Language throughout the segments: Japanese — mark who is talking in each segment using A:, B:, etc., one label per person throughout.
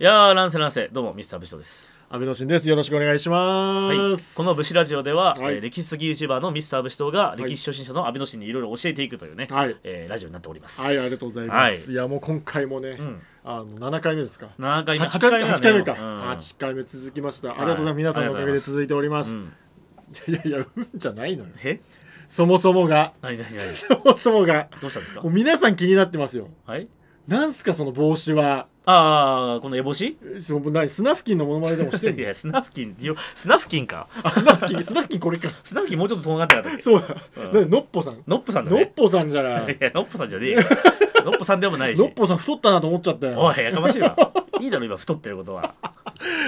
A: いやー、なんせなんせ、どうも、ミスター武士トです。
B: 安倍のしんです。よろしくお願いしま
A: はい
B: す。
A: この武士ラジオでは、
B: はい
A: えー歴史好き YouTuber のミスター武士トが、歴史初心者の阿部の氏にいろいろ教えていくというね、
B: はい
A: えーラジオになっております。
B: はい、ありがとうございます。、
A: はい
B: や、もう今回もね、
A: ん
B: あの七回目ですか。
A: 7回目、
B: 八回目、
A: だ
B: 八回目
A: ね
B: か、
A: うん
B: 八、回目続きました。
A: い
B: ありがとうございます。皆さんのおかげで続いております。
A: う
B: い
A: ん
B: やいやいや、うんじゃないのよ。
A: え
B: そもそもが、
A: 何何何
B: そもそもが、
A: どうしたんですか
B: もう皆さん気になってますよ。
A: はい
B: なんすかその帽子は、
A: ああ、この烏帽子
B: えその何スナフキンのモノマネでもして ん
A: い
B: の。
A: や、スナフキンってよ、スナフキンか。
B: あ、スナフキン、スナフキンこれか。
A: スナフキンもうちょっと遠がってなかったっけ
B: そうだ。
A: うん
B: なんでノッポさん。
A: ノップさんだ
B: ノッ
A: ね。
B: ポさんじゃないい。
A: や、ノップさんじゃねえ よ。ノップさんでもないし
B: ノッ。ポさん太ったなと思っちゃったよ。
A: おい、やかましいわ。いいだろ、今、太ってることは。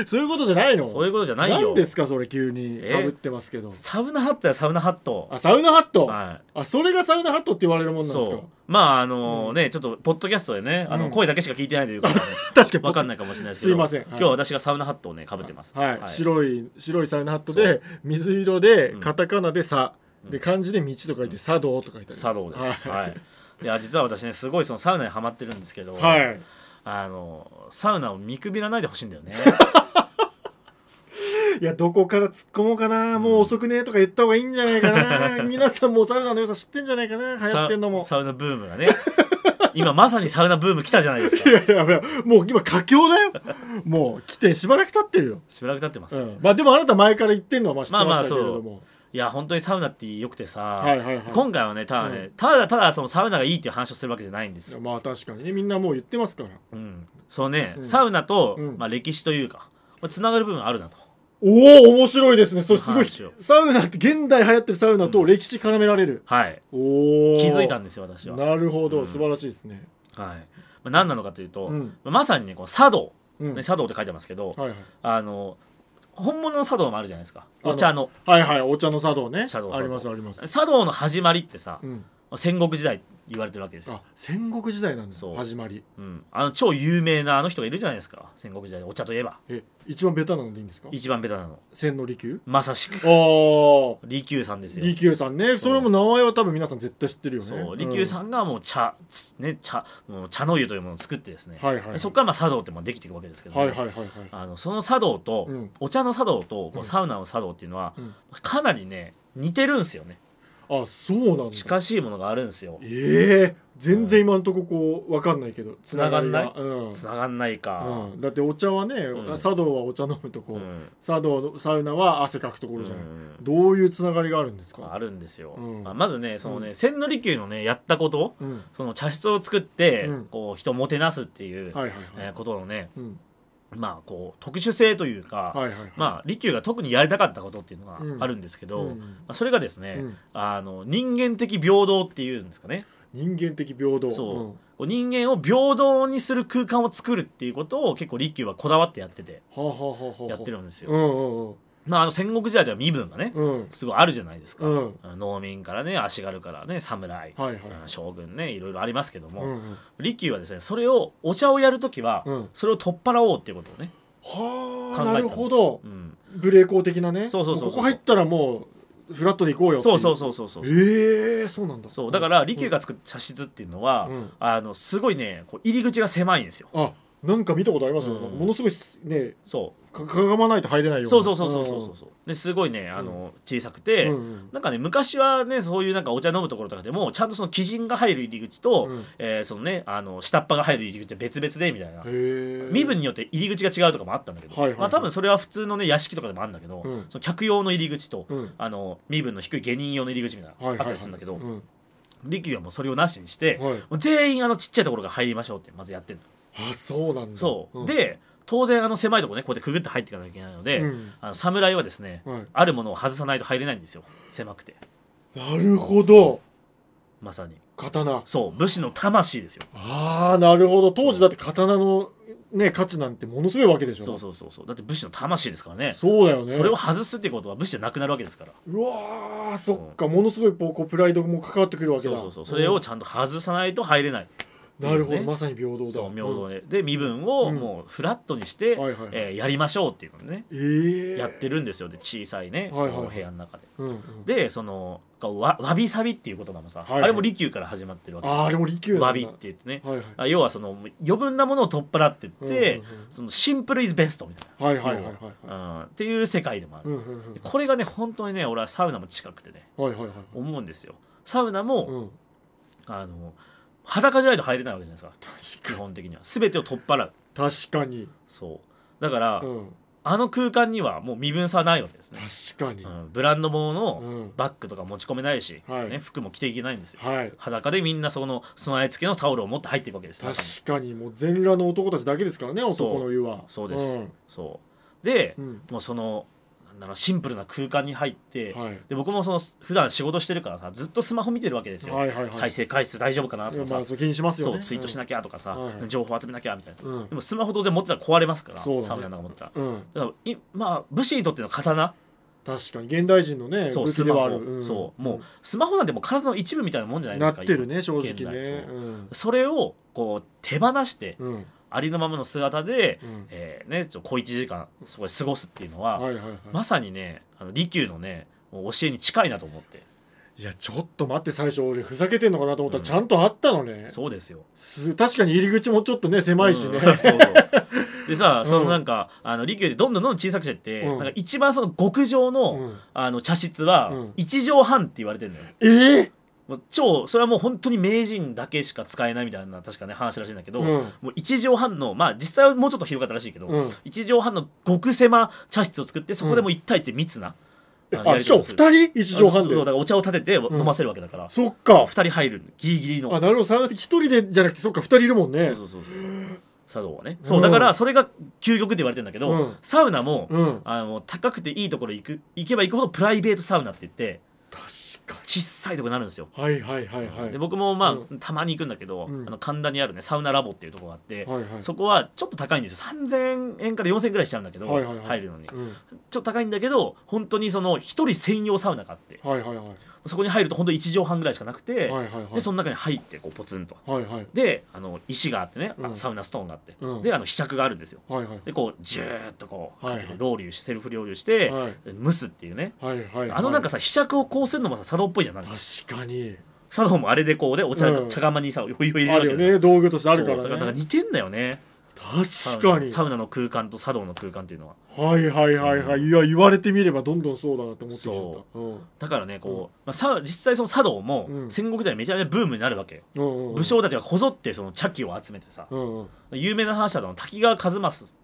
B: そういうことじゃないの。
A: そういうことじゃないよ
B: ん。ですかそれ急に
A: え
B: かぶってますけど
A: サウナハットやサウナハット。
B: あサウナハット、
A: はい。
B: あそれがサウナハットって言われるもんなんです
A: そ
B: か
A: うまああのね、ちょっとポッドキャストでねあの
B: うん
A: 声だけしか聞いてないというか、ね、
B: 確かに
A: 分かんないいかもしれないですけど
B: すいませんはい
A: 今日は私がサウナハットをねかぶってます
B: はい、白い白いサウナハット
A: そ
B: で
A: う
B: 水色で
A: うん
B: カタカナで「さ」
A: うん
B: で漢字で「道」と書いて「茶道」と書いてあります
A: 茶道です
B: は
A: はい、い、や実は私ねすごいそのサウナにハマってるんですけど、
B: い、はい、
A: あのサウナを見くびらないでほしいんだよね
B: いやどこから突っ込もうかなもう遅くねとか言った方がいいんじゃないか な皆さんもうサウナの良さ知ってんじゃないか な流行ってんのも
A: ササウナブームがね今まさにサウナブーム来たじゃないです
B: い
A: か
B: やいやいやもう今佳境だよもう来てしばらく経ってるよ、
A: しばらく経ってます、
B: うん、まあでもあなた前から言ってんのはまあ知ってましたけれども、
A: いや本当にサウナってよくてさ、
B: はいはいはい
A: 今回はねただね、
B: うん
A: ただただそのサウナがいいっていう話をするわけじゃないんですよ
B: まあ確かにねみんなもう言ってますから
A: うん、そうね、
B: うん
A: サウナと、
B: うん
A: まあ、歴史というかつながる部分あるなと
B: おお面白いですねそれすごい
A: 話を
B: サウナって現代流行ってるサウナと歴史絡められる、
A: はい
B: おお
A: 気づいたん
B: で
A: ですよ私
B: よ
A: は、はい
B: なるほ
A: う
B: ど
A: ん
B: 素晴らしいですね
A: まあ、何なのかというと、
B: うん
A: まあまさにねこの茶道、
B: うん、
A: ね、茶道って書いてますけど、
B: はいはい
A: あの本物の茶道もあるじゃないですか
B: あの
A: お茶の
B: はいはいお茶の茶道ね
A: 茶道
B: ありますあります、
A: 茶道の始まりってさ
B: う、ん、
A: 戦国時代って言われてるわけですよ
B: あ戦国時代なんだ
A: そう
B: 始まり
A: うん、あの超有名なあの人がいるじゃないですか戦国時代でお茶といえば
B: え一番ベタなのでいいんですか
A: 一番ベタなの
B: 千利休
A: まさしく
B: ああ
A: 利休さんですよ
B: 利休さんねそれも名前は多分皆さん絶対知ってるよね
A: そう利休さ
B: ん、
A: んがもう茶、ね、茶もう茶の湯というものを作ってですね、
B: はいはいはい
A: そこからまあ茶道ってもうできていくわけですけど、
B: はいはいはいはい
A: あのその茶道と、
B: うん
A: お茶の茶道とこ
B: う
A: うんサウナの茶道っていうのは、
B: うん
A: かなりね似てるんですよね
B: あそうなんだ
A: 近しいものがあるんですよ
B: ええ全然今のとここう分かんないけど
A: 繋がんない
B: つがりがうん
A: つながんないか、
B: うん、だってお茶はね、
A: ん
B: 茶道はお茶飲むとこ、
A: うん
B: 茶道のサウナは汗かくところじゃない、
A: うん
B: どういうつながりがあるんです
A: まあ
B: か、
A: あるんですよ、
B: うん
A: まあ、まずねそのね千利休のねやったこと
B: うん、
A: その茶室を作って、
B: うん
A: こう人をもてなすっていう、
B: はいはいはい、
A: えーことのね
B: うん、
A: まあこう特殊性というか、
B: はいはいはい
A: まあ、利休が特にやりたかったことっていうのが
B: うん
A: あるんですけど、
B: うん
A: まあ、それがですね、
B: うん
A: あの人間的平等っていうんですかね
B: 人間的平等
A: そうこう人間を平等にする空間を作るっていうことを結構利休はこだわってやってて
B: うん、はあ、はあはあはあ、
A: やってるんですよ。
B: うんうん
A: まあ、あの戦国時代では身分がね、
B: うんうん
A: すごいあるじゃないですか、
B: うん
A: 農民からね足軽からね侍、
B: はいは
A: う
B: い
A: ん将軍ねいろいろありますけど
B: うんう
A: も、
B: ん
A: 利休はですねそれをお茶をやるときは、
B: うん
A: それを取っ払おうっていうことをね、
B: は
A: 考えてた
B: あ
A: んです
B: なるほど
A: うん、
B: 無礼講的なね
A: そうそうそうそう
B: もここ入ったらもうフラットで行こうよってい
A: そうそうそうそうそう
B: ええそうなんだ
A: そうだから利休が作った茶室っていうのは、
B: うん
A: あのすごいねこう入り口が狭いんですよ
B: あなんか見たことありますよ、
A: うん
B: なんかものすごいね
A: そ
B: かかがまないと入れないうよ
A: そうそうそうそうそうそうそうですごいねあの、小さくて、
B: うんうん
A: なんかね昔はねそういうなんかお茶飲むところとかでもちゃんとその鬼人が入る入り口と、
B: うん
A: えーそのねあの下っ端が入る入り口は別々でみたいな
B: へー
A: 身分によって入り口が違うとかもあったんだけど、
B: はいはいはい
A: まあ、多分それは普通のね屋敷とかでもあるんだけど、
B: うん
A: その客用の入り口と、
B: うん
A: あの身分の低い下人用の入り口みたいなの
B: はいはい
A: あった
B: はい
A: りするんだけど、
B: うん
A: 利休はもうそれをなしにして、
B: はい
A: もう全員あのちっちゃいところから入りましょうってまずやってるの
B: あそうなんだ
A: そう、
B: ん
A: で当然あの狭いとこねこうやってくぐって入っていかなきゃいけないので、
B: うん
A: あの侍はですね、
B: はい
A: あるものを外さないと入れないんですよ狭くて
B: なるほど
A: まさに
B: 刀
A: そう武士の魂ですよ
B: ああなるほど当時だって刀のね価値なんてものすごいわけでしょ
A: そうそうそうそうだって武士の魂ですからね
B: そうだよね
A: それを外すってことは武士じゃなくなるわけですから
B: うわーそっかものすごいこうこうプライドも関わってくるわけ
A: そ
B: だ
A: うそうそうそれを
B: ん
A: ちゃんと外さないと入れない、
B: なるほど
A: ね
B: まさに平等だ
A: そう平
B: うん
A: 等で、で身分を
B: うん
A: もうフラットにして、
B: はいはいはい
A: えーやりましょうっていうのをね、
B: ええ
A: やってるんですよで小さいね、
B: はいはいはい
A: この部屋の中で
B: うんうん
A: でそのがわわびさびっていう言葉もさ、
B: はいはい
A: あれも利休から始まってるわけ
B: ああでも利休
A: わびってて言ってね
B: はいはい
A: あ要はその余分なものを取っ払ってって、
B: うんうんうん
A: そのシンプルイズベストみたい
B: はいはいはいはい
A: な、
B: はい
A: うん、っていう世界でもある、
B: うんうんうん
A: でこれがね本当にね俺はサウナも近くてね
B: はいはいはい
A: 思うんですよサウナも、
B: うん
A: あの裸じゃないと入れないわけじゃないですか基
B: 確か
A: 本的には全てを取っ払う
B: 確かに
A: そうだから、
B: うん
A: あの空間にはもう身分差はないわけですね、
B: 確かに
A: うん、ブランド物の
B: うん
A: バッグとか持ち込めないし、
B: はい
A: ね、服も着ていけないんですよ
B: はい
A: 裸でみんなその備え付けのタオルを持って入っていくわけですよ
B: 確
A: 中に
B: かにもう全裸の男たちだけですからね
A: そう
B: 男の湯は
A: そうです、
B: ん
A: そうで、
B: うん
A: もうそのなんだろうシンプルな空間に入って、
B: はい
A: で僕もその普段仕事してるからさずっとスマホ見てるわけですよ、
B: はいはいはい
A: 再生回数大丈夫かなとかさ、
B: まあそう気にしますよ
A: そう
B: ね
A: ツイートしなきゃとかさ、
B: うんはいはい
A: 情報集めなきゃみたいな、
B: うん
A: でもスマホ当然持ってたら壊れますから、
B: そうだね
A: サウナなんか持ってたら
B: うんうん
A: だからいまあ武士にとっての刀
B: 確かに現代人のね
A: そう
B: 武器
A: ス
B: で
A: マ
B: は
A: ホ
B: あ、るん
A: そうもうスマホなんてもう体の一部みたいなもんじゃないで
B: な
A: す
B: っ
A: か
B: てるね正直
A: 現代
B: ね
A: そう
B: うん
A: それをこう手放して、
B: うん
A: ありのままの姿で、
B: うん
A: えーね、ちょっと小一時間そこで過ごすっていうのは、
B: はいはいはい
A: まさにねあの利休のねもう教えに近いなと思って
B: いやちょっと待って最初俺ふざけてんのかなと思ったら
A: うん
B: ちゃんとあったのね
A: そうですよ
B: す確かに入り口もちょっとね狭いし
A: う
B: ね
A: ん そうそうで さ
B: ん
A: そのなんか、あの利休でどんどんどんどん小さくしてって、
B: うん
A: なんか一番その極上の、
B: うん
A: あの茶室は
B: うん
A: 1畳半って言われてるのよ、
B: えー
A: もう超それはもう本当に名人だけしか使えないみたいな確かね話らしいんだけど、
B: うん
A: もう1畳半のまあ実際はもうちょっと広かったらしいけど、
B: うん
A: 1畳半の極狭茶室を作ってそこでもう1対1密な、あのや
B: あ
A: り
B: しか
A: 取りを
B: も
A: する
B: 2人一畳半
A: そうそうだ
B: で
A: からお茶を立てて
B: ん
A: 飲ませるわけだから、
B: そっか
A: 二2人入るギリギリの
B: あなるほどサウナって1人でじゃなくてそっか2人いるもんね
A: そうそうそうそう茶道はねそうだからそれが究極って言われてるんだけど、
B: うん
A: サウナも、
B: うん
A: あの高くていいところ行く行けば行くほどプライベートサウナって言って
B: 確か
A: 小さいとこになるんですよ
B: にはいはいはいはい
A: で僕もまあ、
B: う
A: たまに行くんだけど、
B: うん
A: あの神田にあるねサウナラボっていうところがあって、
B: はいはい
A: そこはちょっと高いんですよ3000円から4000円ぐらいしちゃうんだけど、
B: はいはいはい
A: 入るのにちょ
B: うん
A: っと高いんだけど本当にその一人専用サウナがあって
B: はいはいはい
A: そこに入ると本当1畳半ぐらいしかなくて、
B: はいはいはい
A: でその中に入ってこうポツンと
B: はいはい
A: であの石があってね、あ
B: うん
A: サウナストーンがあって、
B: うん
A: であの被着があるんですよ
B: はいはい
A: でこうジューッとこうかけ
B: はい
A: て
B: はい
A: ロウリュウしセルフロウリュウして、
B: はい
A: 蒸すっていうね
B: はいはい
A: あのなんかさ、被着をこうするのもさ茶道っぽいじゃんなんか
B: 確かに
A: 茶道もあれでこうねお茶,、
B: うん
A: 茶釜にさお湯を入れる
B: あ
A: わけ
B: るよ
A: だよ
B: ね道具としてあるから
A: そうだからなんか
B: ね
A: 似てんだよね
B: 確かに
A: サウナの空間と茶道の空間っていうのは
B: はいはいはいはいいや言われてみればどんどんそうだなって思ってきちゃ
A: そ
B: ったうん
A: だからねこう、まあ、さ実際その茶道も
B: うん
A: 戦国時代めちゃめちゃブームになるわけよ、
B: うんうん
A: 武将たちがこぞってその茶器を集めてさ、
B: うんうん
A: 有名な話だと滝川一益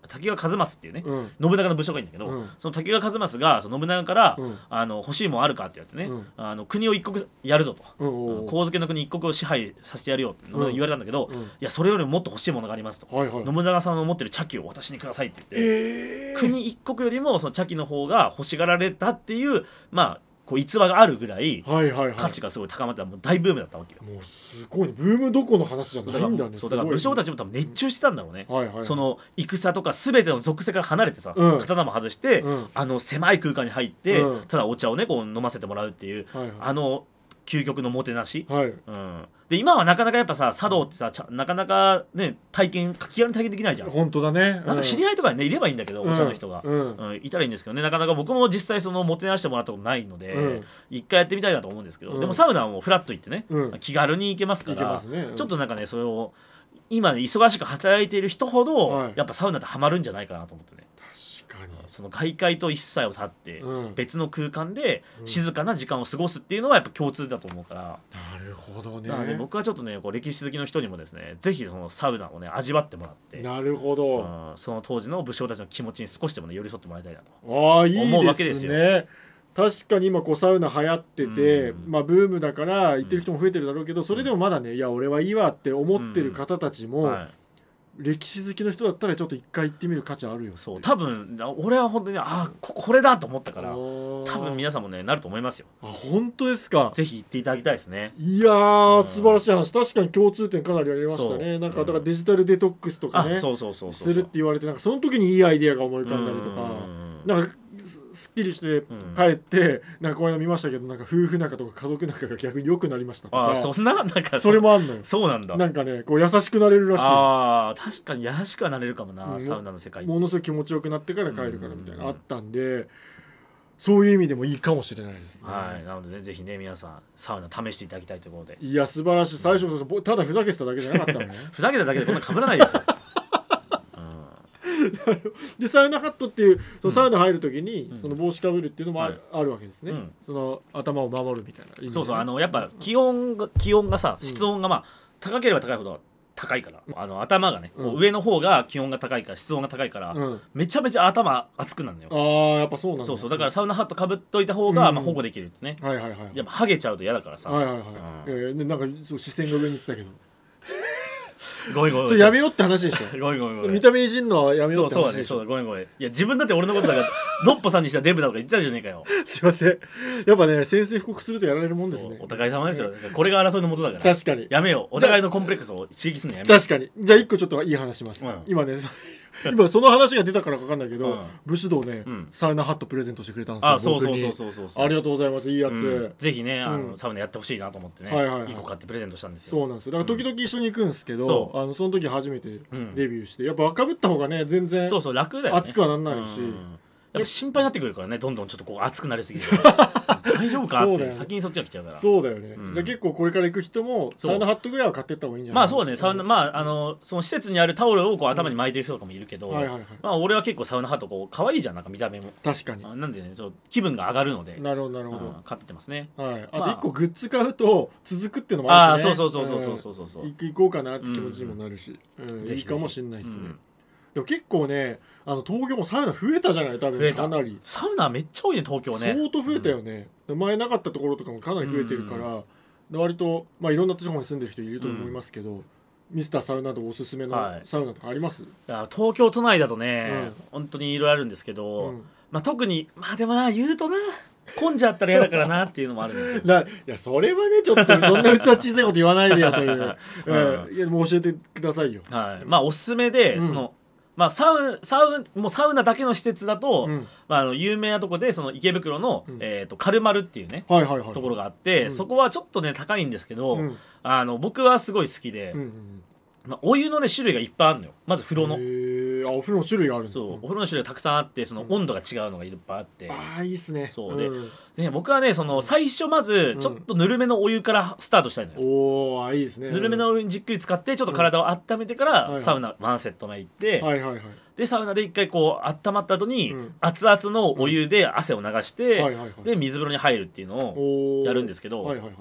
A: 滝川一益っていうね、
B: うん
A: 信長の武将がいいんだけど、
B: うん
A: その滝川一益がその信長から、
B: うん
A: あの欲しいもんあるかって言ってね、
B: うん
A: あの国を一国やるぞと。
B: うんうんうん
A: 上野の国一国を支配させてやるよって信長に言われたんだけど、
B: うんうん
A: いやそれよりももっと欲しいものがありますと、
B: はいはい
A: 信長さんの持ってる茶器を私にくださいって言って、
B: えー
A: 国一国よりもその茶器の方が欲しがられたっていうまあこう逸話があるぐらい
B: はいはいはい
A: 価値がすごい高まってたもう大ブームだったわけよ
B: もうすごいねブームどこの話じゃ
A: だ
B: な
A: か
B: い
A: ら
B: んだね
A: そうだから武将た
B: ち
A: ちも多分熱中してたんだろうね、
B: はいはい
A: その戦とか全ての属性から離れてさ、
B: うん
A: 刀も外して、
B: うん
A: あの狭い空間に入って、
B: うん
A: ただお茶をねこう飲ませてもらうっていう、
B: はいはい
A: あの究極のもてなし、
B: はい
A: うん、で今はなかなかやっぱさ茶道ってさちゃなかなかね体験書き軽に体験できないじゃん、
B: 本当だね
A: なんか知り
B: 合い
A: 合いとかにねいればいいんだけど、お茶の人が、
B: うん
A: うんいたらいいんですけどねなかなか僕も実際そのもてなしてもらったことないので、
B: うん
A: 一回やってみたいなと思うんですけど、
B: うん
A: でもサウナはもうフラッと行ってね、
B: うん
A: 気軽に行けますか
B: いけ
A: ら
B: ますねうん
A: ちょっとなんかねそれを今ね忙しく働いている人ほど、
B: はい
A: やっぱサウナってハマるんじゃないかなと思ってね
B: 確かに
A: その外界と一切を立って、
B: うん
A: 別の空間で
B: うん
A: 静かな時間を過ごすっていうのはやっぱ共通だと思うから。
B: なるほどね
A: なので僕はちょっとねこう歴史好きの人にもですねぜひそのサウナをね味わってもらって、
B: なるほど、
A: うんその当時の武将たちの気持ちに少しでもね寄り添ってもらいたいなと
B: ああいいですね
A: 思うわけです
B: 確かに今こうサウナ流行ってて、
A: うん
B: まあ、ブームだから行ってる人も増えてるだろうけどそれでもまだねいや俺はいいわって思ってる方たちも、
A: はい、
B: 歴史好きの人だったらちょっと一回行ってみる価値あるよ
A: そう多分な俺は本当にあーここれだと思ったから
B: あ
A: 多
B: ー
A: 分皆さんもねなると思いますよ
B: あ本当ですか
A: ぜひ行っていただきたいですね
B: いやー
A: うん
B: 素晴らしい話確かに共通点かなりありました
A: そ
B: ね
A: う
B: なんか
A: う
B: だ
A: ん
B: からデジタルデトックスとか
A: あ
B: ね
A: そうそうそうそう
B: するって言われてなんかその時にいいアイディアが思い浮かんだりと
A: う
B: か
A: ん
B: なんかすすっきりして
A: ん
B: 帰って、なんかこういうの見ましたけどなんか夫婦仲とか家族仲が逆に良くなりましたと
A: あ
B: か
A: ーそんななんか
B: それもあんのよ
A: そうなんだ
B: なんかねこう優しくなれるらしい
A: あー確かに優しくはなれるかもな、
B: うん
A: サウナの世界って
B: ものすごい気持ちよくなってから帰るからみたいな、
A: うん
B: あったんでそういう意味でもいいかもしれないですね、
A: はい、なのでね、ぜひね、皆さん、サウナ試していただきたいということで。
B: い、や素晴らしい最初からぼただふざけてただけじゃなかった のね
A: ふざけただけでこんな被らない ですよ。うん
B: でサウナハットっていうその
A: ん
B: サウナ入るときに、
A: うん
B: その帽子かぶるっていうのもあ,、
A: はい
B: あるわけですね、
A: うん
B: その頭を守るみたいな意味でね
A: そうそうあのやっぱ気温が気温がさ
B: うん
A: 室温がまあ高ければ高いほど高いからあの頭がね、
B: うん
A: こう上の方が気温が高いから室温が高いから、
B: うん、
A: めちゃめちゃ頭熱くなるのよ
B: ああやっぱそうなんだ
A: そうそうだからサウナハットかぶっといた方が、
B: うん
A: まあ、保護できるってね
B: はいはいはいはい
A: やっぱハゲちゃうと嫌だからさ、
B: はいはい
A: うん
B: いやいやねなんかそう視線が上に行ってたけど
A: ごめんごめん
B: それやめようって話でしょ
A: ごめんごめんご
B: そ
A: め
B: れ
A: ん
B: 見た目いじんのはやめ
A: そうう
B: よって
A: そうだ
B: 話
A: ね
B: でし
A: そう
B: ょ
A: だごめんごめんいや自分だって俺のことだ からノッポさんにしたらデブだとか言ってたじゃねえかよ
B: すいませんやっぱね宣戦布告するとやられるもんです
A: そう
B: ね
A: お互い様ですよこれが争いのもとだから
B: 確かに
A: やめようお互いのコンプレックスを刺激するのやめよう
B: 確かにじゃあ一個ちょっといい話します、
A: うん
B: 今ねそ今その話が出たからかわかんないけど、
A: うん
B: 武士道ね、
A: うん
B: サウナハットプレゼントしてくれたんですよ
A: あそうそう
B: 僕に
A: そうそうそうそう
B: ありがとうございますいいやつ、
A: うんぜひねあの、
B: うん
A: サウナやってほしいなと思ってね、
B: はいはいはい
A: 1個買ってプレゼントしたんですよ
B: そうなんですよだから時々一緒に行くんですけど
A: そ、
B: あのその時初めて
A: ん
B: デビューして、やっぱ若ぶった方がね全然
A: そうそう楽だよ、ね、
B: 熱くはなんないし
A: うんやっぱ心配になってくるからねどんどんちょっとこう熱くなりすぎ て大丈夫か
B: そう
A: っ
B: だよ
A: て
B: ね
A: 先にそっちが来ちゃうから
B: そうだよね、
A: うん
B: じゃあ結構これから行く人も
A: そう
B: サウナハットぐらいは買ってった方がいいんじゃない
A: まあそうねサウナ、まああのその施設にあるタオルをこう頭に巻いてる人とかもいるけど、
B: はいはいはい
A: まあ俺は結構サウナハットこう可愛いじゃんなんか見た目も
B: 確かに
A: あなんでねちょっと気分が上がるので
B: なるほどなるほ
A: うん
B: ど、
A: 買ってってますね
B: はい、あと
A: まあ
B: 1個グッズ買うと続くっていうのも
A: あ
B: あ
A: あ
B: るし、ね、
A: そうそうそうそうそうそうそうそう、
B: ん行く行こうかなって気持ちにもなるし、うん
A: ぜ
B: い
A: ひ
B: いかもしれないですね、
A: うん
B: でも結構ねあの東京もサウナ増えたじゃない多
A: 増え
B: 分
A: た
B: かなり、
A: サウナめっちゃ多いね東京ね
B: 相当増えたよね、前なかったところとかもかなり増えてるから、で割と、まあ、いろんな地方に住んでる人いると思いますけど、ミスターサウナとおすすめ
A: は
B: の
A: い
B: サウナとかあります、
A: いや東京都内だとね、
B: うん
A: 本当にいろいろあるんですけど、
B: うん
A: まあ、特にまあでもな言うとな混んじゃったら嫌だからなっていうのもあるんです よ
B: ないやそれはねちょっとそんな器小さいこと言わないでよという、
A: うん
B: うんいやもう教えてくださいよ、
A: はいまあおすすめで、
B: うん
A: そのまあ、サウサウもうサウナだけの施設だと、
B: うん
A: まあ、あの有名なとこでその池袋の、
B: うん
A: えー、とカルマルっていうね
B: はいはいはい
A: ところがあって、
B: うん
A: そこはちょっとね高いんですけど、
B: うんうん
A: あの僕はすごい好きで、
B: うんうん
A: まあ、お湯のね種類がいっぱいあるのよまず風呂の
B: へーあお風呂の種類があるんだ
A: そうお
B: ん
A: 風呂の種類がたくさんあってその温度が違うのがいっぱいあって、
B: ああいいっすね
A: そうで
B: ん
A: ね、僕はねその最初まず
B: うん
A: ちょっとぬるめのお湯からスタートしたいのよ、
B: おおあいいですね
A: ぬるめのお湯にじっくり使ってちょっと体を温めてか
B: うんは
A: ら
B: い
A: サウナワンセット目行って、
B: はいはいはい
A: でサウナで一回こう温まった後に、
B: うん
A: 熱々のお湯で汗を流して、
B: はいはいはい
A: で水風呂に入るっていうのを
B: おー
A: やるんですけど、
B: はいはいはい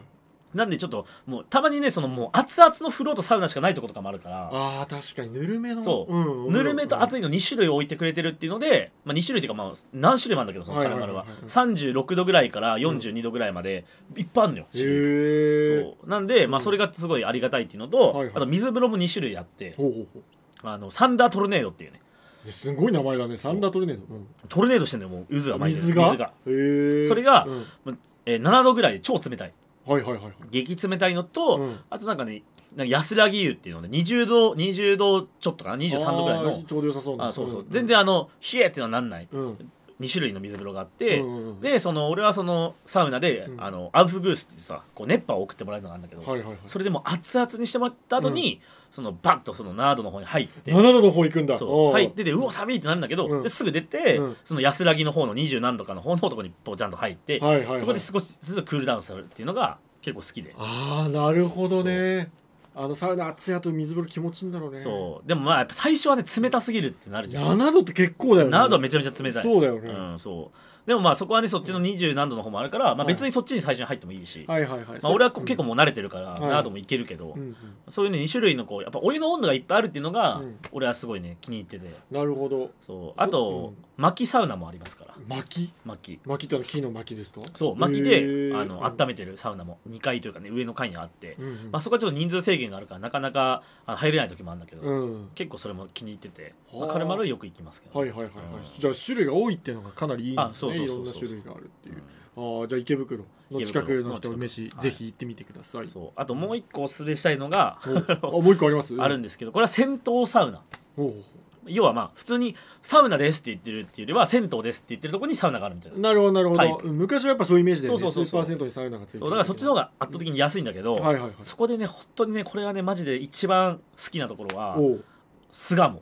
A: なんでちょっともうたまにねそのもう熱々の風呂とサウナしかないとことかもあるから
B: あー確かにぬるめの
A: そう
B: うん
A: ぬるめと熱
B: い
A: いの2種類置いてくれてるっていうので、まあ、2種類っていうかまあ何種類もあるんだけどそのカラマルは
B: はいはいはいはい
A: 36度ぐらいから42度ぐらいまでいっぱいあるのよ、
B: へえ
A: そうなんで、まあ、
B: うん
A: それがすごいありがたいっていうのと、
B: はいはい
A: あと水風呂も2種類あって
B: ほうほうほう
A: あのサンダートルネードっていうね
B: えすごい名前だねサンダートルネードうん
A: トルネードしてんのよもう渦が巻いてる
B: 水が
A: 水が、
B: へえ
A: それが
B: うん
A: えー7度ぐらいで超冷たい
B: はいはいはいはい
A: 激冷たいのと、
B: うん
A: あとなんかねなんか安らぎ湯っていうのね20度20度ちょっとかな23度ぐらい
B: あ
A: の
B: ーちょうど良さそうな
A: あそうそう、
B: ん
A: 全然あの冷えってのはなんない
B: うん
A: 2種類の水風呂があって、
B: うんうんうん
A: でその俺はそのサウナで、
B: うん
A: あのアウフグースってさこう熱波を送ってもらえるのがあるんだけど、
B: はいはいはい
A: それでもう熱々にしてもらった後に、そのバッとそのナードの方に入って
B: 7度の方行くんだ
A: そ
B: お
A: う
B: ー
A: 入っててうお寒いってなるんだけど、
B: うん
A: ですぐ出て、
B: うん
A: その安らぎの方の二十何度かの方のとこにポちゃんと入って、
B: はいはいはい
A: そこで少しずつクールダウンするっていうのが結構好きで、
B: ああなるほどねあのサウナ熱い後水風呂気持ちいいんだろうね
A: そうでもまあやっぱ最初はね冷たすぎるってなるじゃん
B: 7度って結構だよね
A: 7度はめちゃめちゃ冷たい
B: そうだよね
A: ん、そうでもまあそこはねそっちの二十何度の方もあるから、ま
B: は
A: あ、
B: い
A: 別にそっちに最初に入ってもいいし、
B: はいはいはい
A: まあ、俺はこう結構もう慣れてるから、
B: い
A: 7度もいけるけど、
B: うんうん
A: そういうね2種類のこうやっぱお湯の温度がいっぱいあるっていうのが、
B: うん
A: 俺はすごいね気に入ってて
B: なるほど
A: そうあと、
B: うん
A: 薪サウナもありますから
B: 薪
A: 薪
B: 薪ってのは木の薪ですか
A: そう薪で
B: へー
A: あの温めてるサウナも2階というかね上の階にあって、
B: うんうん
A: まあ、そこはちょっと人数制限があるからなかなかあの入れない時もあるんだけど、
B: うん
A: 結構それも気に入ってて、
B: は
A: ま
B: あ
A: あ、軽々はよく行きますけど、
B: はいはいはいはい
A: うん
B: じゃあ種類が多いっていうのがかなりいいん
A: あ
B: です
A: そう
B: ね
A: そう
B: い
A: そうそう
B: ろ
A: ん
B: な種類があるっていううんああじゃあ池袋の近くの人
A: 池袋の
B: 飯
A: はい
B: ぜひ行ってみてください
A: そうあともう一個おすすめしたいのが、
B: お あもう一個あります
A: あるんですけどこれは銭湯サウナ
B: ほうほうほ
A: 要はまあ普通にサウナですって言ってるっていうよりは銭湯ですって言ってるとこにサウナがあるみたいな
B: うなるほどなるほ
A: タイ
B: どうん昔はやっぱそういうイメージだよね
A: そうそうそうそう
B: 数パーセントにサウナがついてる
A: そうだからそっちの方が圧倒的に安いんだけど、
B: はいはいはい
A: そこでね本当にねこれはねマジで一番好きなところは
B: おう
A: 巣鴨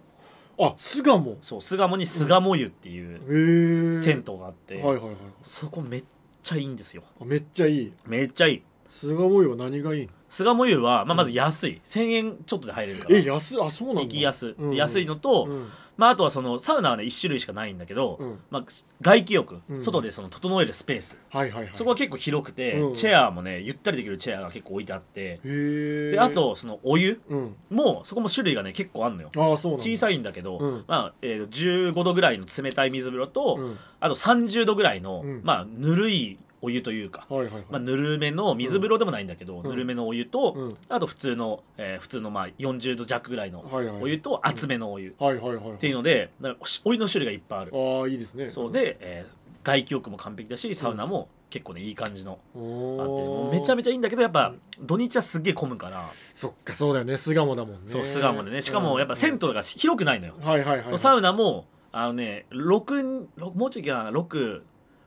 B: あ巣鴨へ
A: そう巣鴨に巣鴨湯っていう
B: え
A: 銭湯があって、
B: はいはいはい
A: そこめっちゃいいんですよ
B: あめっちゃいい
A: めっちゃいい
B: 巣鴨湯は何がいいの
A: 巣鴨湯は、まあ、まず安い、1000円ちょっとで入れるから
B: え安いあそうなんだ
A: 激安、
B: うんうん
A: 安いのと、
B: うん
A: まあ、あとはそのサウナはね1種類しかないんだけど、
B: うん
A: まあ、外気浴、
B: うん
A: 外でその整えるスペース
B: はいはいはい
A: そこは結構広くて、
B: うん
A: チェアもねゆったりできるチェアが結構置いてあって、
B: へえ
A: であとそのお湯
B: うん
A: もそこも種類がね結構あんのよ
B: ああそうなんだ
A: 小さいんだけど、
B: うん
A: まあえー15度ぐらいの冷たい水風呂と、
B: うん
A: あと30度ぐらいの、
B: うん
A: まあ、ぬるいお湯というか、
B: はいはいはい、
A: まあ、ぬるめの水風呂でもないんだけど、
B: うん
A: ぬるめのお湯と、
B: うん
A: あと普通の、えー普通のまあ40度弱ぐらいの
B: はいはい
A: お湯と熱めのお湯っ
B: はいはいはい
A: ていうので、だからお湯の種類がいっぱいある、
B: ああいいですね
A: そうで、えー外気浴も完璧だしサウナも結構ねいい感じの
B: あって
A: あって、もうめちゃめちゃいいんだけどやっぱ土日はすっげえ混むから、
B: そっかそうだよね巣鴨だもんね
A: そう巣鴨でねしかもやっぱ銭湯が広くないのよ、
B: 湯はいはいはい
A: サウ
B: ナ
A: ナもあのね6もうちょいかな6、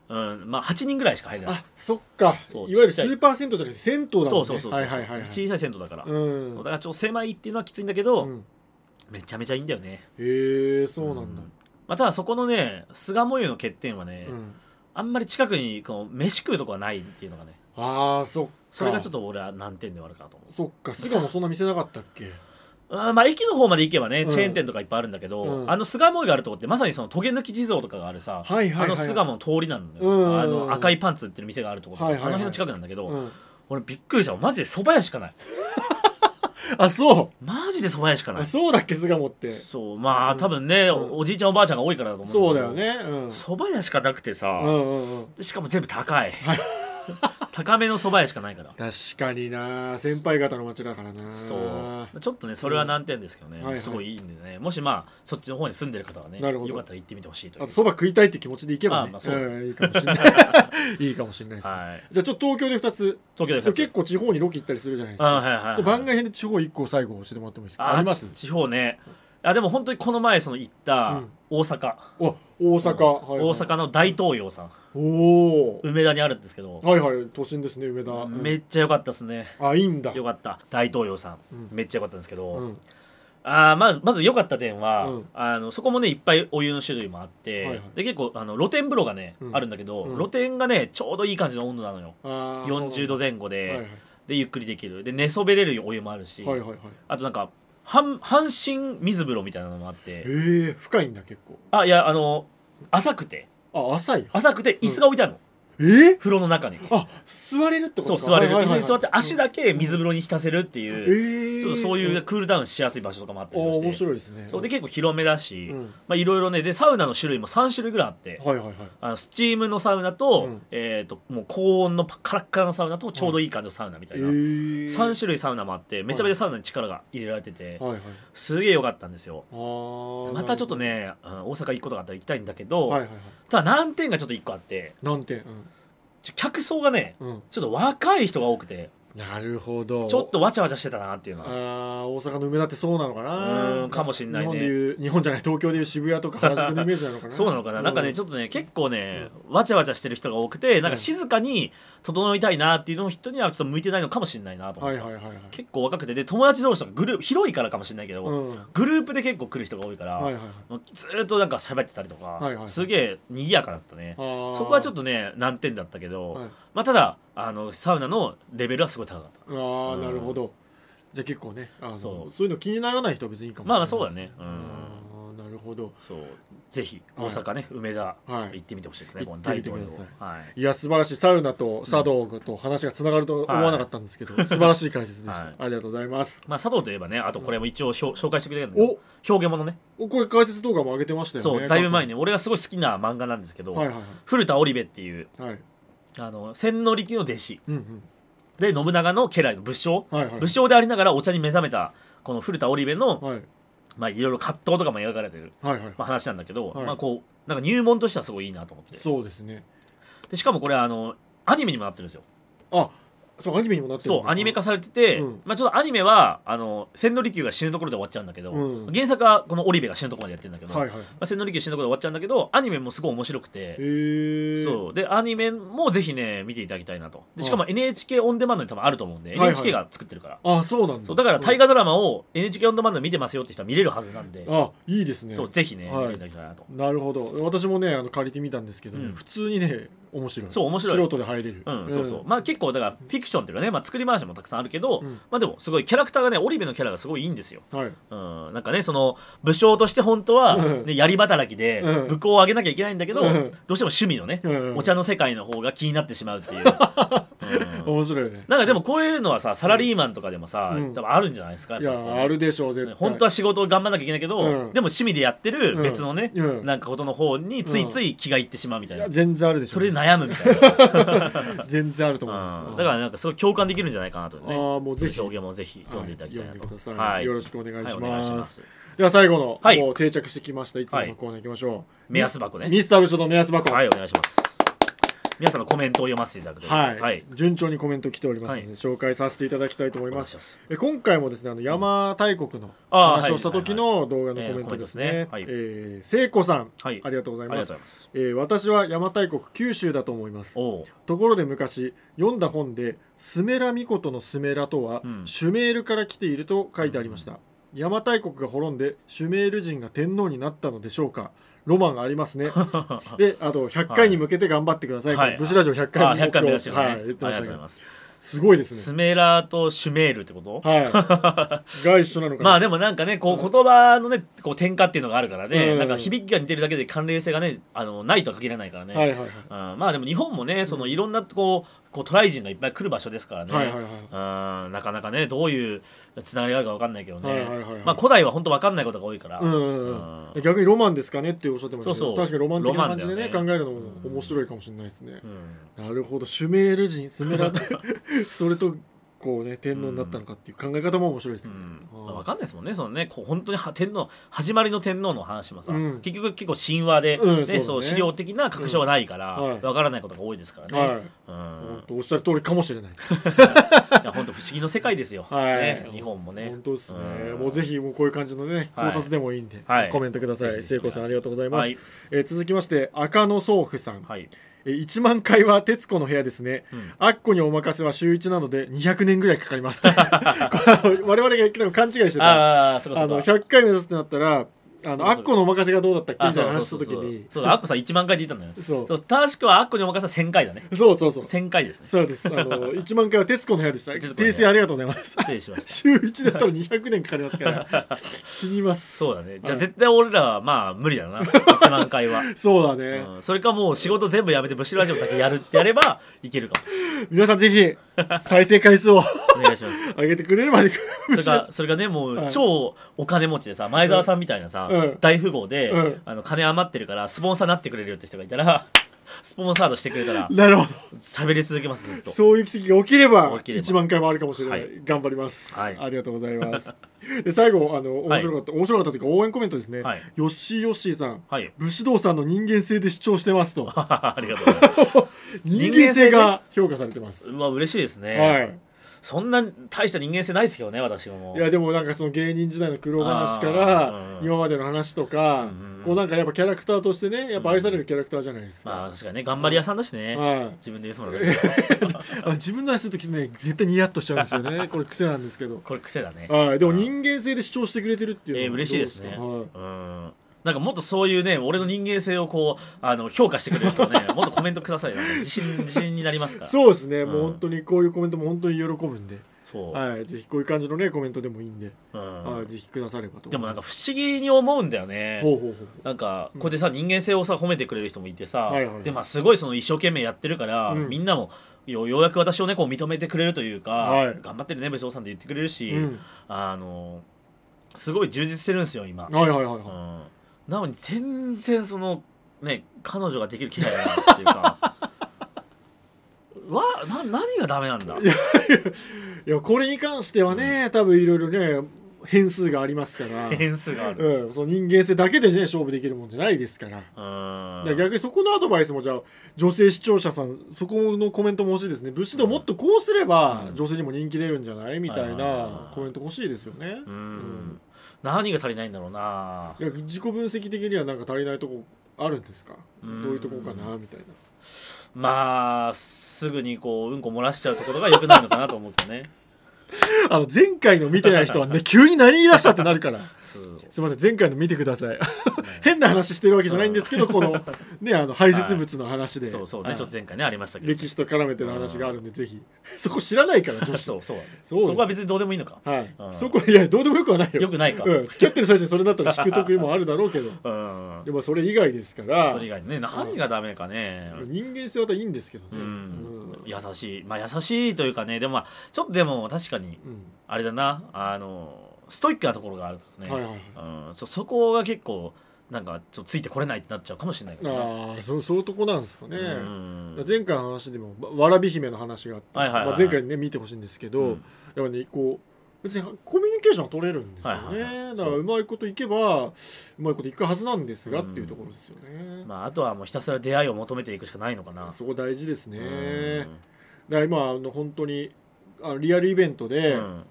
A: うんまあ、8人ぐらいしか入れない
B: あそっか
A: そう
B: いわゆる
A: ちっち
B: ス
A: ゃい
B: ーパー銭湯じゃなくて銭湯だもんね
A: そうそうそうそう、
B: はいはいはいはい
A: 小さい銭湯だから、
B: うん
A: だからちょっと狭いっていうのはきついんだけど、
B: うん
A: めちゃめちゃいいんだよね
B: へえそうなんだ
A: まあ、ただそこのね巣鴨湯の欠点はね、
B: うん
A: あんまり近くにこの飯食うとこはないっていうのがね
B: ああそっか
A: それがちょっと俺は難点ではあるかなと思
B: そっか巣鴨そんな店なかったっけ
A: うあーまあ駅の方まで行けばね、
B: うん
A: チェーン店とかいっぱいあるんだけど、
B: うん
A: あの巣鴨湯があるとこってまさにそのトゲ抜き地蔵とかがあるさ、
B: はいはいはい
A: あの巣鴨の通りなのよ、
B: うん
A: あの赤いパンツ売ってる店があるとこ、
B: はいはいはい
A: あの辺の近くなんだけど、
B: うん
A: 俺びっくりしたマジで蕎麦屋しかない
B: あそう
A: マジで蕎麦屋しかな
B: あ
A: い
B: そうだっけ巣鴨って
A: そうまあ
B: うん
A: 多分ね、
B: うん
A: おおじいちゃんおばあちゃんが多いからだと思う
B: そうんだ
A: けど
B: よねうん
A: 蕎麦屋しかなくてさ、
B: うんうんうん
A: しかも全部高い 高めの蕎麦屋しかないから
B: 確かにな先輩方の街だからな
A: そうちょっとねそれは難点ですけどね、
B: うんはいはい
A: すごいいいんでねもしまあそっちの方に住んでる方はね
B: なるほど
A: よかったら行ってみてほしいとい
B: あ
A: う
B: とそば食いたいって気持ちでいけば
A: あ
B: ね
A: まあそう
B: うんいいかもし れないいいかもしれないですね
A: はい
B: じゃあちょっと東京で2つ
A: 東京で
B: 結構地方にロケ行ったりするじゃないです
A: あ
B: か
A: はいはい、はい、
B: そう番外編で地方1個最後教えてもらってもいいですか
A: あ
B: あります
A: ち地方ねあでも本当にこの前その行った
B: うん
A: 大阪、
B: お大阪はいはい
A: 大阪の大東洋さん
B: おお
A: 梅田にあるんですけど、
B: はいはい都心ですね梅田うん
A: めっちゃ良かったですね
B: あいいんだ
A: 良かった大東洋さん、
B: うん
A: めっちゃ良かったんですけど、
B: うん
A: あーまあまず良かった点は、
B: うん
A: あのそこもねいっぱいお湯の種類もあって、
B: はいはい
A: で結構あの露天風呂がね、
B: うん
A: あるんだけど、
B: うん
A: 露天がねちょうどいい感じの温度なのよ、
B: あー
A: 40度
B: そう
A: 前後で、
B: なんだはい
A: でゆっくりできるで寝そべれるお湯もあるし、
B: はいはいはいはい
A: あとなんか半半身水風呂みたいなのもあっ
B: え
A: て
B: ー深いんだ結構
A: あいやあの浅くて
B: あ浅い
A: 浅くて椅子が置いてあるの、
B: えー
A: 風呂の中に
B: あ座れるってこ
A: そ
B: と
A: う
B: か
A: 座れる
B: は
A: 椅
B: い
A: 子
B: はいはい
A: に座って足だけ水風呂に浸せるって
B: え
A: いう、
B: ー
A: ちょっとそうい
B: ん
A: うクールダウンしやすい場所とかもあっ
B: あ
A: た
B: ー
A: りとか
B: 面
A: して
B: 白いですね
A: そうで結構広めだし、
B: うん
A: まあいろいろねでサウナの種類も3種類ぐらいあって、
B: はいはいはい
A: あのスチームのサウナと,、
B: うん
A: えー、ともう高温のパカラッカラのサウナとちょうどいい感じのサウナみたいな、
B: え
A: 3種類サウナもあってめちゃめちゃサウナに力が入れられてて、
B: はいはい
A: すげえ良かったんですよ
B: あー
A: またちょっとね、うん大阪行くことがあったら行きたいんだけど、
B: はいはいはい
A: ただ難点がちょっと1個あって
B: なんて
A: ちょ客層がね
B: うん、うん、
A: ちょっと若い人が多くて
B: なるほど
A: ちょっとわちゃわちゃしてたなっていうの
B: あ
A: は
B: ー大阪の梅田ってそうなのかな
A: うんかもしんないね
B: 日本でいう日本じゃない東京でいう渋谷とか原宿のイメージなのかな
A: そうなのかな、なんかねちょっとね結構ね、わちゃわちゃしてる人が多くてなんか静かに整いたいなっていうのを人にはちょっと向いてないのかもしれないなと思っ
B: は
A: て
B: いはいはいはい
A: 結構若くてで友達同士とかグループ広いからかもしれないけど、
B: うんはい
A: グループで結構来る人が多いから、
B: はいはい
A: ずーっとなんか喋ってたりとか、
B: はいはい
A: すげえ賑やかだったね
B: あー
A: そこはちょっとね難点だったけど、
B: はい
A: まあただあのサウナのレベルはすごい高かった
B: ああ
A: うん
B: なるほどじゃあ結構ねあの
A: そ
B: そうういうの気にならない人は別にいいかもしれ
A: まあまあ
B: ないです
A: そうだねうん
B: あーなるほど
A: そうぜひ
B: は
A: 大
B: い
A: 阪ね、梅田
B: はい
A: 行ってみてほしいですね、
B: 行
A: この
B: って
A: 大
B: みて
A: 統領
B: くだ
A: はい
B: いや素晴らしいサウナと茶道と話がつながると思わなかったんですけど、素晴らしい解説でした、
A: はい
B: ありがとうございます
A: まあ佐藤といえばねあとこれも一応しょ紹介してくれるんだけど
B: お
A: 表現ものね
B: おこれ解説動画も上げてましたよね
A: そうだいぶ前に俺がすごい好きな漫画なんですけど、
B: はいはい
A: 古田織部っていう
B: はいはい
A: あの千利休の弟子
B: うんうん
A: で信長の家来の武将、
B: はいはい
A: 武将でありながらお茶に目覚めたこの古田織部の、
B: はい
A: まあ、いろいろ葛藤とかも描かれてる、
B: はいはい
A: まあ、話なんだけど、
B: はい
A: まあ、こうなんか入門としてはすごいいいなと思って
B: そうですね
A: でしかもこれあのアニメにもなってるんですよ
B: あそうアニメにもなってる
A: そうアニメ化されてて、
B: うん
A: まあ、ちょっとアニメはあの千利休が死ぬところで終わっちゃうんだけど、
B: うん
A: 原作はこの織部が死ぬところまでやってるんだけど、
B: はいはい
A: まあ、千利休死ぬところで終わっちゃうんだけどアニメもすごい面白くて、
B: へえ
A: そうでアニメもぜひね見ていただきたいなとでしかも
B: う
A: NHK オンデマンドに多分あると思うんで、
B: はいはい
A: NHK が作ってるから
B: あそうなんだ
A: そうだから大河ドラマを NHK オンデマンドで見てますよって人は見れるはずなんで、
B: あいいですね
A: そうぜひね、
B: はい
A: 見ていただきたいなと。
B: なるほど私もねあの借りてみたんですけどね、
A: うん
B: 普通にね面白い
A: そう面白い
B: 素人で入れる
A: うん、そうそう、まあ結構だからフィクションっていうかね、まあ、作り回しもたくさんあるけど、
B: うん
A: まあでもすごいキャラクターがね織部のキャラがすごいいいんですよ、
B: はい
A: うん、なんかねその武将として本当は、
B: うん
A: ね、槍働きで
B: うん
A: 武功を上げなきゃいけないんだけど、
B: うん
A: どうしても趣味のね、
B: うん
A: お茶の世界の方が気になってしまうっていう、うん
B: 面白いね
A: なんかでもこういうのはさサラリーマンとかでもさ、
B: うん
A: 多分あるんじゃないですか
B: い
A: やっぱりこう
B: やあるでしょう絶
A: ね
B: 対
A: 本当は仕事を頑張らなきゃいけないけど、
B: うん
A: でも趣味でやってる別のね、
B: うんうん
A: なんかことの方についつい気がいってしまうみたい
B: い
A: な、
B: や全然あるでしょ
A: そうれで悩むみ たいなさ、
B: 全然あると思います、
A: うんだからなんかすごい共感できるんじゃないかなとね
B: ああもうぜひ
A: 表現もぜひ読んでいただきたいな
B: は
A: と、
B: 読んでください、
A: はい
B: よろしくお願いします,、
A: はいお願いします
B: では最後の、
A: はい
B: もう定着してきましたいつものコーナー行きましょう、
A: 目安箱ね
B: ミスター部署の目安箱
A: はいお願いします皆さんのコメントを読ませていただくという
B: はい
A: はい、
B: 順調にコメント来ておりますので、
A: はい
B: 紹介させていただきたいと思います
A: お願いします
B: え今回もですねあの山大国の
A: あー
B: 話をした時の動画のコメントですね
A: えーコメント
B: えー聖子さん、
A: はい
B: ありがとうござ
A: あ
B: い
A: りがと
B: ま
A: うご
B: す
A: ざいます
B: えー私は邪馬台国九州だと思います
A: おう
B: ところで昔読んだ本で「スメラミコトのスメラ」とは、
A: うん
B: シュメールから来ていると書いてありました邪馬台国が滅んでシュメール人が天皇になったのでしょうかロマンありま すねであと100回に向けて頑張ってください、
A: はい
B: ブシラジオ100
A: あ
B: 回
A: 100回目
B: 目
A: 指してるね、
B: はい、
A: あ
B: 言
A: り
B: って
A: が
B: ま
A: とうご
B: したけ
A: ざい
B: ど
A: ます
B: すごいです
A: ス
B: ね
A: メラーとシュメールってこと、
B: はいが一緒なのかな
A: まあでもなんかねこう言葉のねこう転化っていうのがあるからね、
B: うん
A: なんか響きが似てるだけで関連性がねあのないとは限らないからね、
B: はいはいはい
A: うんまあでも日本もねそのいろんなこうこう渡来人がいっぱい来る場所ですからね、
B: はいはいはい
A: うんなかなかねどういうつながりがあるかわかんないけどね、
B: はいはいはいはい
A: まあ、古代は本当わかんないことが多いから、
B: うんうん
A: う
B: うんん、逆にロマンですかねっておっしゃってましたけど
A: そうそう
B: 確かにロマン的な感じで
A: ロ
B: ね
A: マ
B: 考
A: ン
B: え
A: だよね
B: るのも面白いかもしれないですね、
A: うん
B: なるほどシュメール人スメラ それとこうね天皇になったのかっていう考え方も面白いで
A: う
B: すね、
A: ん
B: あー
A: 分かんないですもんねそのねこう本当には天皇始まりの天皇の話もさ、
B: うん
A: 結局結構神話で、
B: うん
A: ね
B: そうだね
A: そう資料的な確証はないから、
B: うんはい
A: 分からないことが多いですからね、
B: はい、
A: うん
B: 本当おっしゃる通りかもしれない、
A: いや本当不思議の世界ですよ、
B: はい
A: ね、日本もね
B: 本当ですね、
A: うん
B: もうぜひもうこういう感じのね考
A: はい
B: 察でもいいんで、
A: はい
B: コメントくださ
A: ぜ
B: い
A: ひ
B: 聖子さんありがとうございます、
A: はい
B: えー続きまして赤野宗夫さん、
A: はい、
B: えー1万回は徹子の部屋ですね、
A: うん
B: あっこにお任せは週1なので200年ぐらいかかり ます、ね、これ我々が多分勘違いしてた
A: ああそうかそ
B: あ
A: うか
B: の100回目指すってなったらあ
A: うか
B: のあっこのお任せがどうだったっけ
A: あ
B: み
A: そ
B: たいな
A: う
B: 話し
A: そ
B: た
A: うそう
B: 時
A: そう
B: に
A: そうだアッコさん1万回で言ったんだよ
B: そう
A: そう確かはアッコにお任せは1000回だね
B: そうそうそう
A: 1000回ですね
B: そうですあの 1万回は徹子の部屋でした
A: 徹子の部屋
B: 訂正ありがとうございます
A: 失礼しました
B: 週1だったら200年かかりますから死にます
A: そうだねじゃ
B: は
A: あ
B: い
A: 絶対俺らはまあ無理だな1万回は、
B: そうだね、
A: うん、それかもう仕事全部やめてブシラジオだけやるってやればいけるか
B: 皆さんぜひ再生回 数を
A: もお願いします
B: 上げてくれればいい
A: それかそれがねも
B: は
A: う
B: い
A: 超お金持ちでさ前澤さんみたいなさ、
B: うん
A: 大富豪で、
B: うん
A: あの金余ってるからスポンサーなってくれるよって人がいたら スポンサードしてくれたら
B: なるほ
A: 喋り続けますずっと
B: どそういう奇跡が起きれば
A: 起きれば
B: 1万回もあるかもしれない、
A: はい
B: 頑張ります、
A: はい
B: ありがとうございますで最後あの面白かった、面白かったというか応援コメントですね、
A: はい
B: ヨッシーヨッシーさん、
A: はい
B: 武士道さんの人間性で主張してますと
A: ありがとうございます
B: 人間性が評価されてます、
A: うわ嬉しいですね、
B: はい
A: そんな大した人間性ないですけどね私はもう
B: いやでもなんかその芸人時代の苦労話か
A: あー
B: ら
A: うん
B: 今までの話とか
A: うんうん
B: こうなんかやっぱキャラクターとしてねやっぱ愛されるキャラクターじゃないです
A: まあ
B: か、
A: 確かにね頑張り屋さんだしね、
B: はい
A: 自分で言うともなんだけど
B: あ自分の話するときね絶対ニヤッとしちゃうんですよ ねこれ癖なんですけど
A: これ癖だね
B: はいでも人間性で主張してくれてるっていうのは
A: えー嬉しいですね
B: どうですか
A: うんなんかもっとそういうね俺の人間性をこうあの評価してくれる人を ねもっとコメントくださいなんか自信自信になりますか
B: は
A: ら
B: い そうですね、
A: ん
B: もう本当にこういうコメントも本当に喜ぶんで、
A: そう
B: はい、ぜひこういう感じのねコメントでもいいんで、
A: うん
B: はい、ぜひくださればと
A: でもなん
B: か
A: か不思議に思うんだよね
B: ほうほうほう
A: なんかここでさ人間性をさ褒めてくれる人もいてさ、
B: はいはい
A: でまあすごいその一生懸命やってるから、
B: うん
A: みんなもよようやく私をねこう認めてくれるというか、
B: はい
A: 頑張ってるね武将さんって言ってくれるし、
B: うん
A: あのすごい充実してるんですよ今、
B: はいはいはいは
A: う
B: い
A: ん、なのに全然そのね彼女ができる気配がないっていうか わな何がダメなんだ
B: いやこれに関してはね、多分いろいろね変数がありますから、
A: 変数がある
B: うん、その人間性だけでね勝負できるもんじゃないですから。
A: うーん
B: いや逆にそこのアドバイスもじゃあ女性視聴者さんそこのコメントも欲しいですね武士道もっとこうすれば
A: うん
B: 女性にも人気出るんじゃないみたい
A: あ
B: な
A: ー
B: コメント欲しいですよね
A: うー
B: うん
A: ん何が足りないんだろうない
B: や自己分析的にはなんか足りないとこあるんですかど
A: う
B: うんいうとこかなみたいな
A: まあすぐにこううんこ漏らしちゃうところが良くないのかなと思ってね
B: あの前回の見てない人 はね急に何言い出したってなるから
A: そう
B: すみません前回の見てくだ さい 変な話してるわけじゃないんですけどこのねあの排泄物の話で
A: そうそうね、
B: はい
A: ちょっと前回ねありましたけど
B: 歴史と絡めての話があるんでぜひそこ知らないから女子
A: そうそうだね
B: そうです
A: そこは別にどうでもいいのか
B: はい、
A: うん
B: そこいやどうでもよくはないよ
A: よくないか、
B: うん、付き合ってる最中にそれだったら引く時もあるだろうけ ど
A: うん
B: でもそれ以外ですから
A: それ以外にね何がダメかね、
B: 人間性はまたいいんですけどね、
A: うん
B: うん
A: 優しいまあ優しいというかねでもまあちょっとでも確かに
B: うん
A: あれだなあのストイックなところがあるからね、
B: はいはいはい
A: うん、そそこが結構なんかちょっとついてこれないってなっちゃうかもしれないからね
B: ああそうそういうとこなんですかね、
A: うん
B: 前回の話でもわわらび姫の話があって、
A: はいはいはい
B: まあ、前回ね見てほしいんですけど、
A: うん
B: やっぱねこう別にコミュニケーションは取れるんですよね、
A: はいはいはい
B: だからうまいこといけばうまいこといくはずなんですが、
A: うん
B: っていうところですよね、
A: まあ、あとはもうひたすら出会いを求めていくしかないのかな。
B: そこ大事ですね、
A: うん
B: だから今あの本当にあのリアルイベントで、
A: うん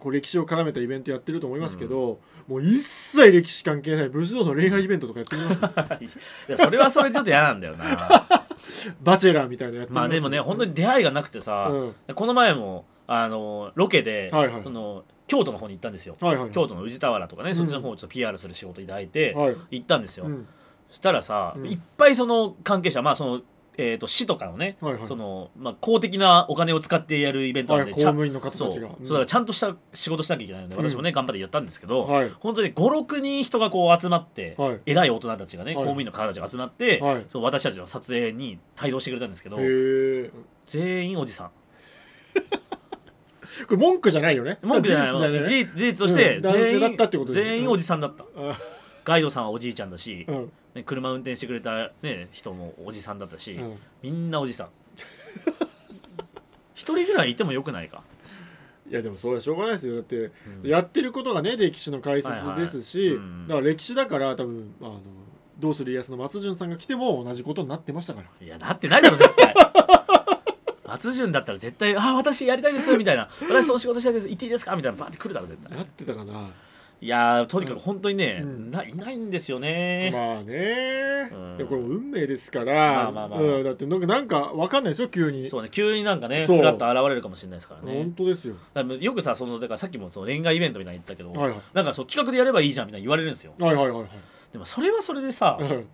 B: こう歴史を絡めたイベントやってると思いますけど、もう一切歴史関係ない武士道の恋愛イベントとかやってみ ます
A: いやそれはそれでちょっと嫌なんだよ な
B: バチェラーみたいなやってみ
A: まあでもね本当
B: に、
A: に出会いがなくて
B: う
A: さ、
B: ん、はい
A: この前もあのロケで、
B: はいはい
A: その京都の方に行ったんですよ、
B: はいはい
A: 京都の宇治田原とかね、
B: うん
A: そっちの方をちょっと PR する仕事いただいて、
B: はい、
A: 行ったんですよ、
B: うん
A: したらさ、
B: うん
A: いっぱいその関係者まあその、えー、と市とかのね、
B: はいはい
A: そのまあ、公的なお金を使ってやるイベント
B: は
A: なん
B: い
A: で、
B: 公
A: ちゃん
B: 務員の方たち
A: そ
B: が
A: う,、そうだからちゃんとした仕事しなきゃいけないので私もね、頑張ってやったんですけど、
B: うんはい
A: 本当に56人人がこう集まって、
B: はい
A: 偉い大人たちがね、
B: はい
A: 公務員の方たちが集まって、
B: はい
A: そう私たちの撮影に帯同してくれたんですけど
B: へえ
A: 全員おじさん
B: これ文句じゃないよね
A: 文句じゃない
B: 事
A: の、
B: 実だよね
A: 事事実として
B: うん男性
A: 全員,、
B: だったってことですね
A: 全員おじさんだった、
B: あ
A: ガイドさんはおじいちゃんだし、
B: うん
A: ね、車運転してくれた、ね、人もおじさんだったし、
B: うん
A: みんなおじ さん一人ぐらいいてもよくないか
B: いやでもそれはしょうがないですよだって、
A: うん
B: やってることがね歴史の解説ですし、
A: はいはいうん
B: だから歴史だから多分あのどうする家康の松潤さんが来ても同じことになってましたから
A: いやなってないだろ絶対松潤だったら絶対「あ私やりたいです」みたいな「私その仕事したいです行っていいですか?」みたいなバーって来るだろ絶対
B: なってたかない
A: やーとにかく本当にね、
B: うん
A: ないないんですよね、
B: まあね、
A: うん
B: でこれも運命ですから、
A: まあまあまあ
B: うん、だってなんかなんかわかんないですよ急に、
A: そうね急になんかね
B: そう
A: フラッと現れるかもしれないですからね
B: 本当ですよ
A: だからよくさそのだからさっきもその恋愛イベントみたいに言ったけど、
B: はいは
A: なんかそう企画でやればいいじゃんみたいに言われるんですよ
B: いはいはいはい
A: でもそれはそれでさ、
B: はいうん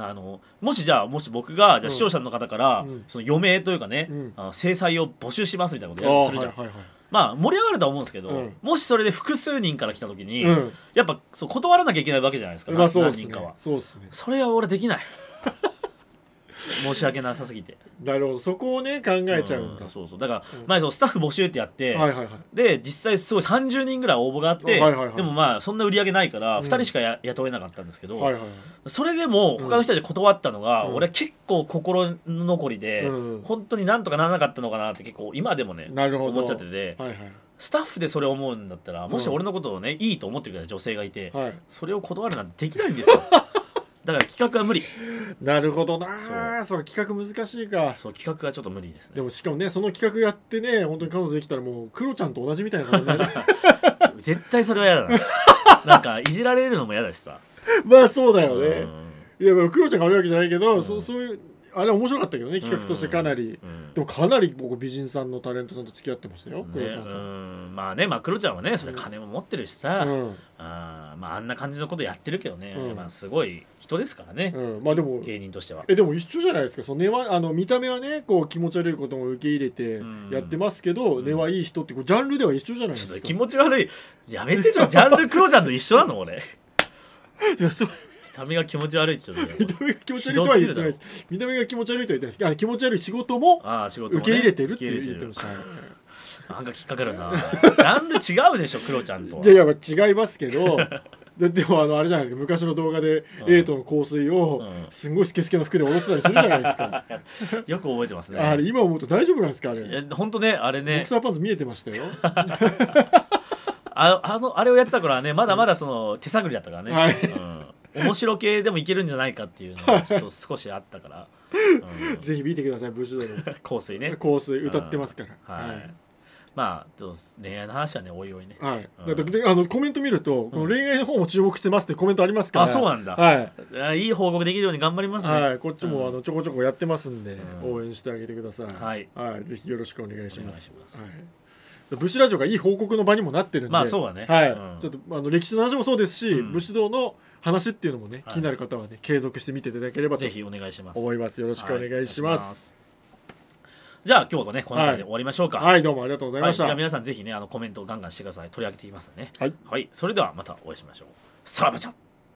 A: あのもしじゃあもし僕がじゃあ
B: うん
A: 視聴者の方から、
B: うん
A: その余命というかね、
B: うん
A: あの制裁を募集しますみたいなこ
B: あ
A: とやると
B: ー
A: する
B: は
A: じゃん
B: いはいはい
A: まあ盛り上がるとは思うんですけど、
B: うん
A: もしそれで複数人から来た時に、
B: うん
A: やっぱそう断らなきゃいけないわけじゃないですか、
B: まあそう
A: 何
B: です
A: 人か
B: ね
A: は
B: そうですね
A: それは俺できない 申し訳なさすぎて
B: なるほどそこをね考えちゃうんだ、
A: そうそうだから
B: うん
A: 前そのスタッフ募集ってやって、
B: はいはいはい
A: で実際すごい30人ぐらい応募があって、
B: あはいはいはい
A: でもまあそんな売り上げないから
B: うん
A: 2人しかや雇えなかったんですけど、
B: はいはいはい
A: それでも他の人たち断ったのが、
B: うん
A: 俺は結構心残りで、
B: うん
A: 本当になんとかならなかったのかなって結構今でもね
B: なるほど
A: 思っちゃってて
B: はいはい
A: スタッフでそれ思うんだったらもし俺のことをね、いいと思ってくれた女性がいて、
B: はい
A: それを断るなんてできないん ですよだから企画は無理
B: なるほどなそう企画難しいか
A: そう企画はちょっと無理です
B: で
A: ね
B: もしかもねその企画やってね本当に彼女できたらもうクロちゃんと同じみたいな感じにな る
A: 絶対それは嫌だ ななんかいじられるのも嫌だしさ、
B: まあそうだよね、
A: うん
B: いやまあクロちゃんが悪いわけじゃないけど、
A: うん
B: そそういうあれ面白かったけどね企画としてかなり、
A: うん
B: でもかなり僕美人さんのタレントさんと付き合ってましたよ、クロ
A: ね
B: ちゃん
A: う
B: さん。
A: んまあねまあクロちゃんはねそれ金も持ってるしさ、
B: うん
A: あーまあ、あんな感じのことやってるけどね、
B: うん
A: まあ、すごい人ですからね、
B: うん、まあでも
A: 芸人としては。
B: えでも一緒じゃないですかその根はあの見た目はねこう気持ち悪いことも受け入れて
A: うん
B: やってますけど、
A: うん
B: 根はいい人ってこうジャンルでは一緒じゃないで
A: ちょ
B: す
A: っ
B: か
A: と気持ち悪いやめてちょジャンルクロちゃんと一緒なの俺
B: いやそう
A: 見た目が気持ち悪いってちょっと
B: 見た目が気持ち悪いとは言ってないです見た目が気持ち悪いとは言ってないですあ気持ち悪い仕事も
A: ああ仕事もね、
B: 受け入れてるって
A: 受け
B: 言
A: 入
B: っ
A: れ
B: てました、はい
A: なんか引っかかるなジャンル違うでしょクロちゃんとはい
B: やいやまあ違いますけど ででもあのあれじゃないですか昔の動画で
A: うん
B: エイトの香水を
A: うん
B: すんごいスケスケの服で踊ってたりするじゃないですか
A: よく覚えて ますね
B: あれ今思うと大丈夫なんですかあれ
A: えほんとねあれ
B: ボ
A: ね
B: クサーパンツ見えてましたよ
A: あああのあれをやってた頃はねまだまだその手探りだったからね、
B: はい
A: うん、面白系でもいけるんじゃないかっていうのがちょっと少しあったから、 うん
B: ぜひ見てください武士道の
A: 香水ね
B: 香水歌ってますから、
A: はい、まあと恋愛の話はねおいおいね
B: はい、
A: うん
B: だってであのコメント見ると、この恋愛の方も注目してますってコメントありますから
A: あそうなんだ、
B: はい
A: あいい報告できるように頑張りますね、
B: はい、こっちも、
A: うん
B: あのちょこちょこやってますんで、
A: うん
B: 応援してあげてください。
A: はい
B: ぜひよろしくお願いします。
A: お願いし
B: はい。武士ラジオがいい報告の場にもなってるんで、
A: まあそうだね
B: はい、
A: うん
B: ちょっとあの歴史の話もそうですし、
A: うん
B: 武士道の話っていうのもね、
A: はい
B: 気になる方はね、継続して見ていただければと
A: ぜひお願いします
B: 思います。よろしくお願いしま。
A: はいお願いしますすじゃあ今日はねこの辺りで終わりましょうか、
B: はい、どうもありがとうござい
A: は
B: ま
A: い
B: し
A: じ
B: た。
A: ゃあ
B: はい、
A: 皆さんぜひねあのコメントをガンガンしてください取り上げていきますね
B: はい
A: はい、それではまたお会いしましょうさらばじゃん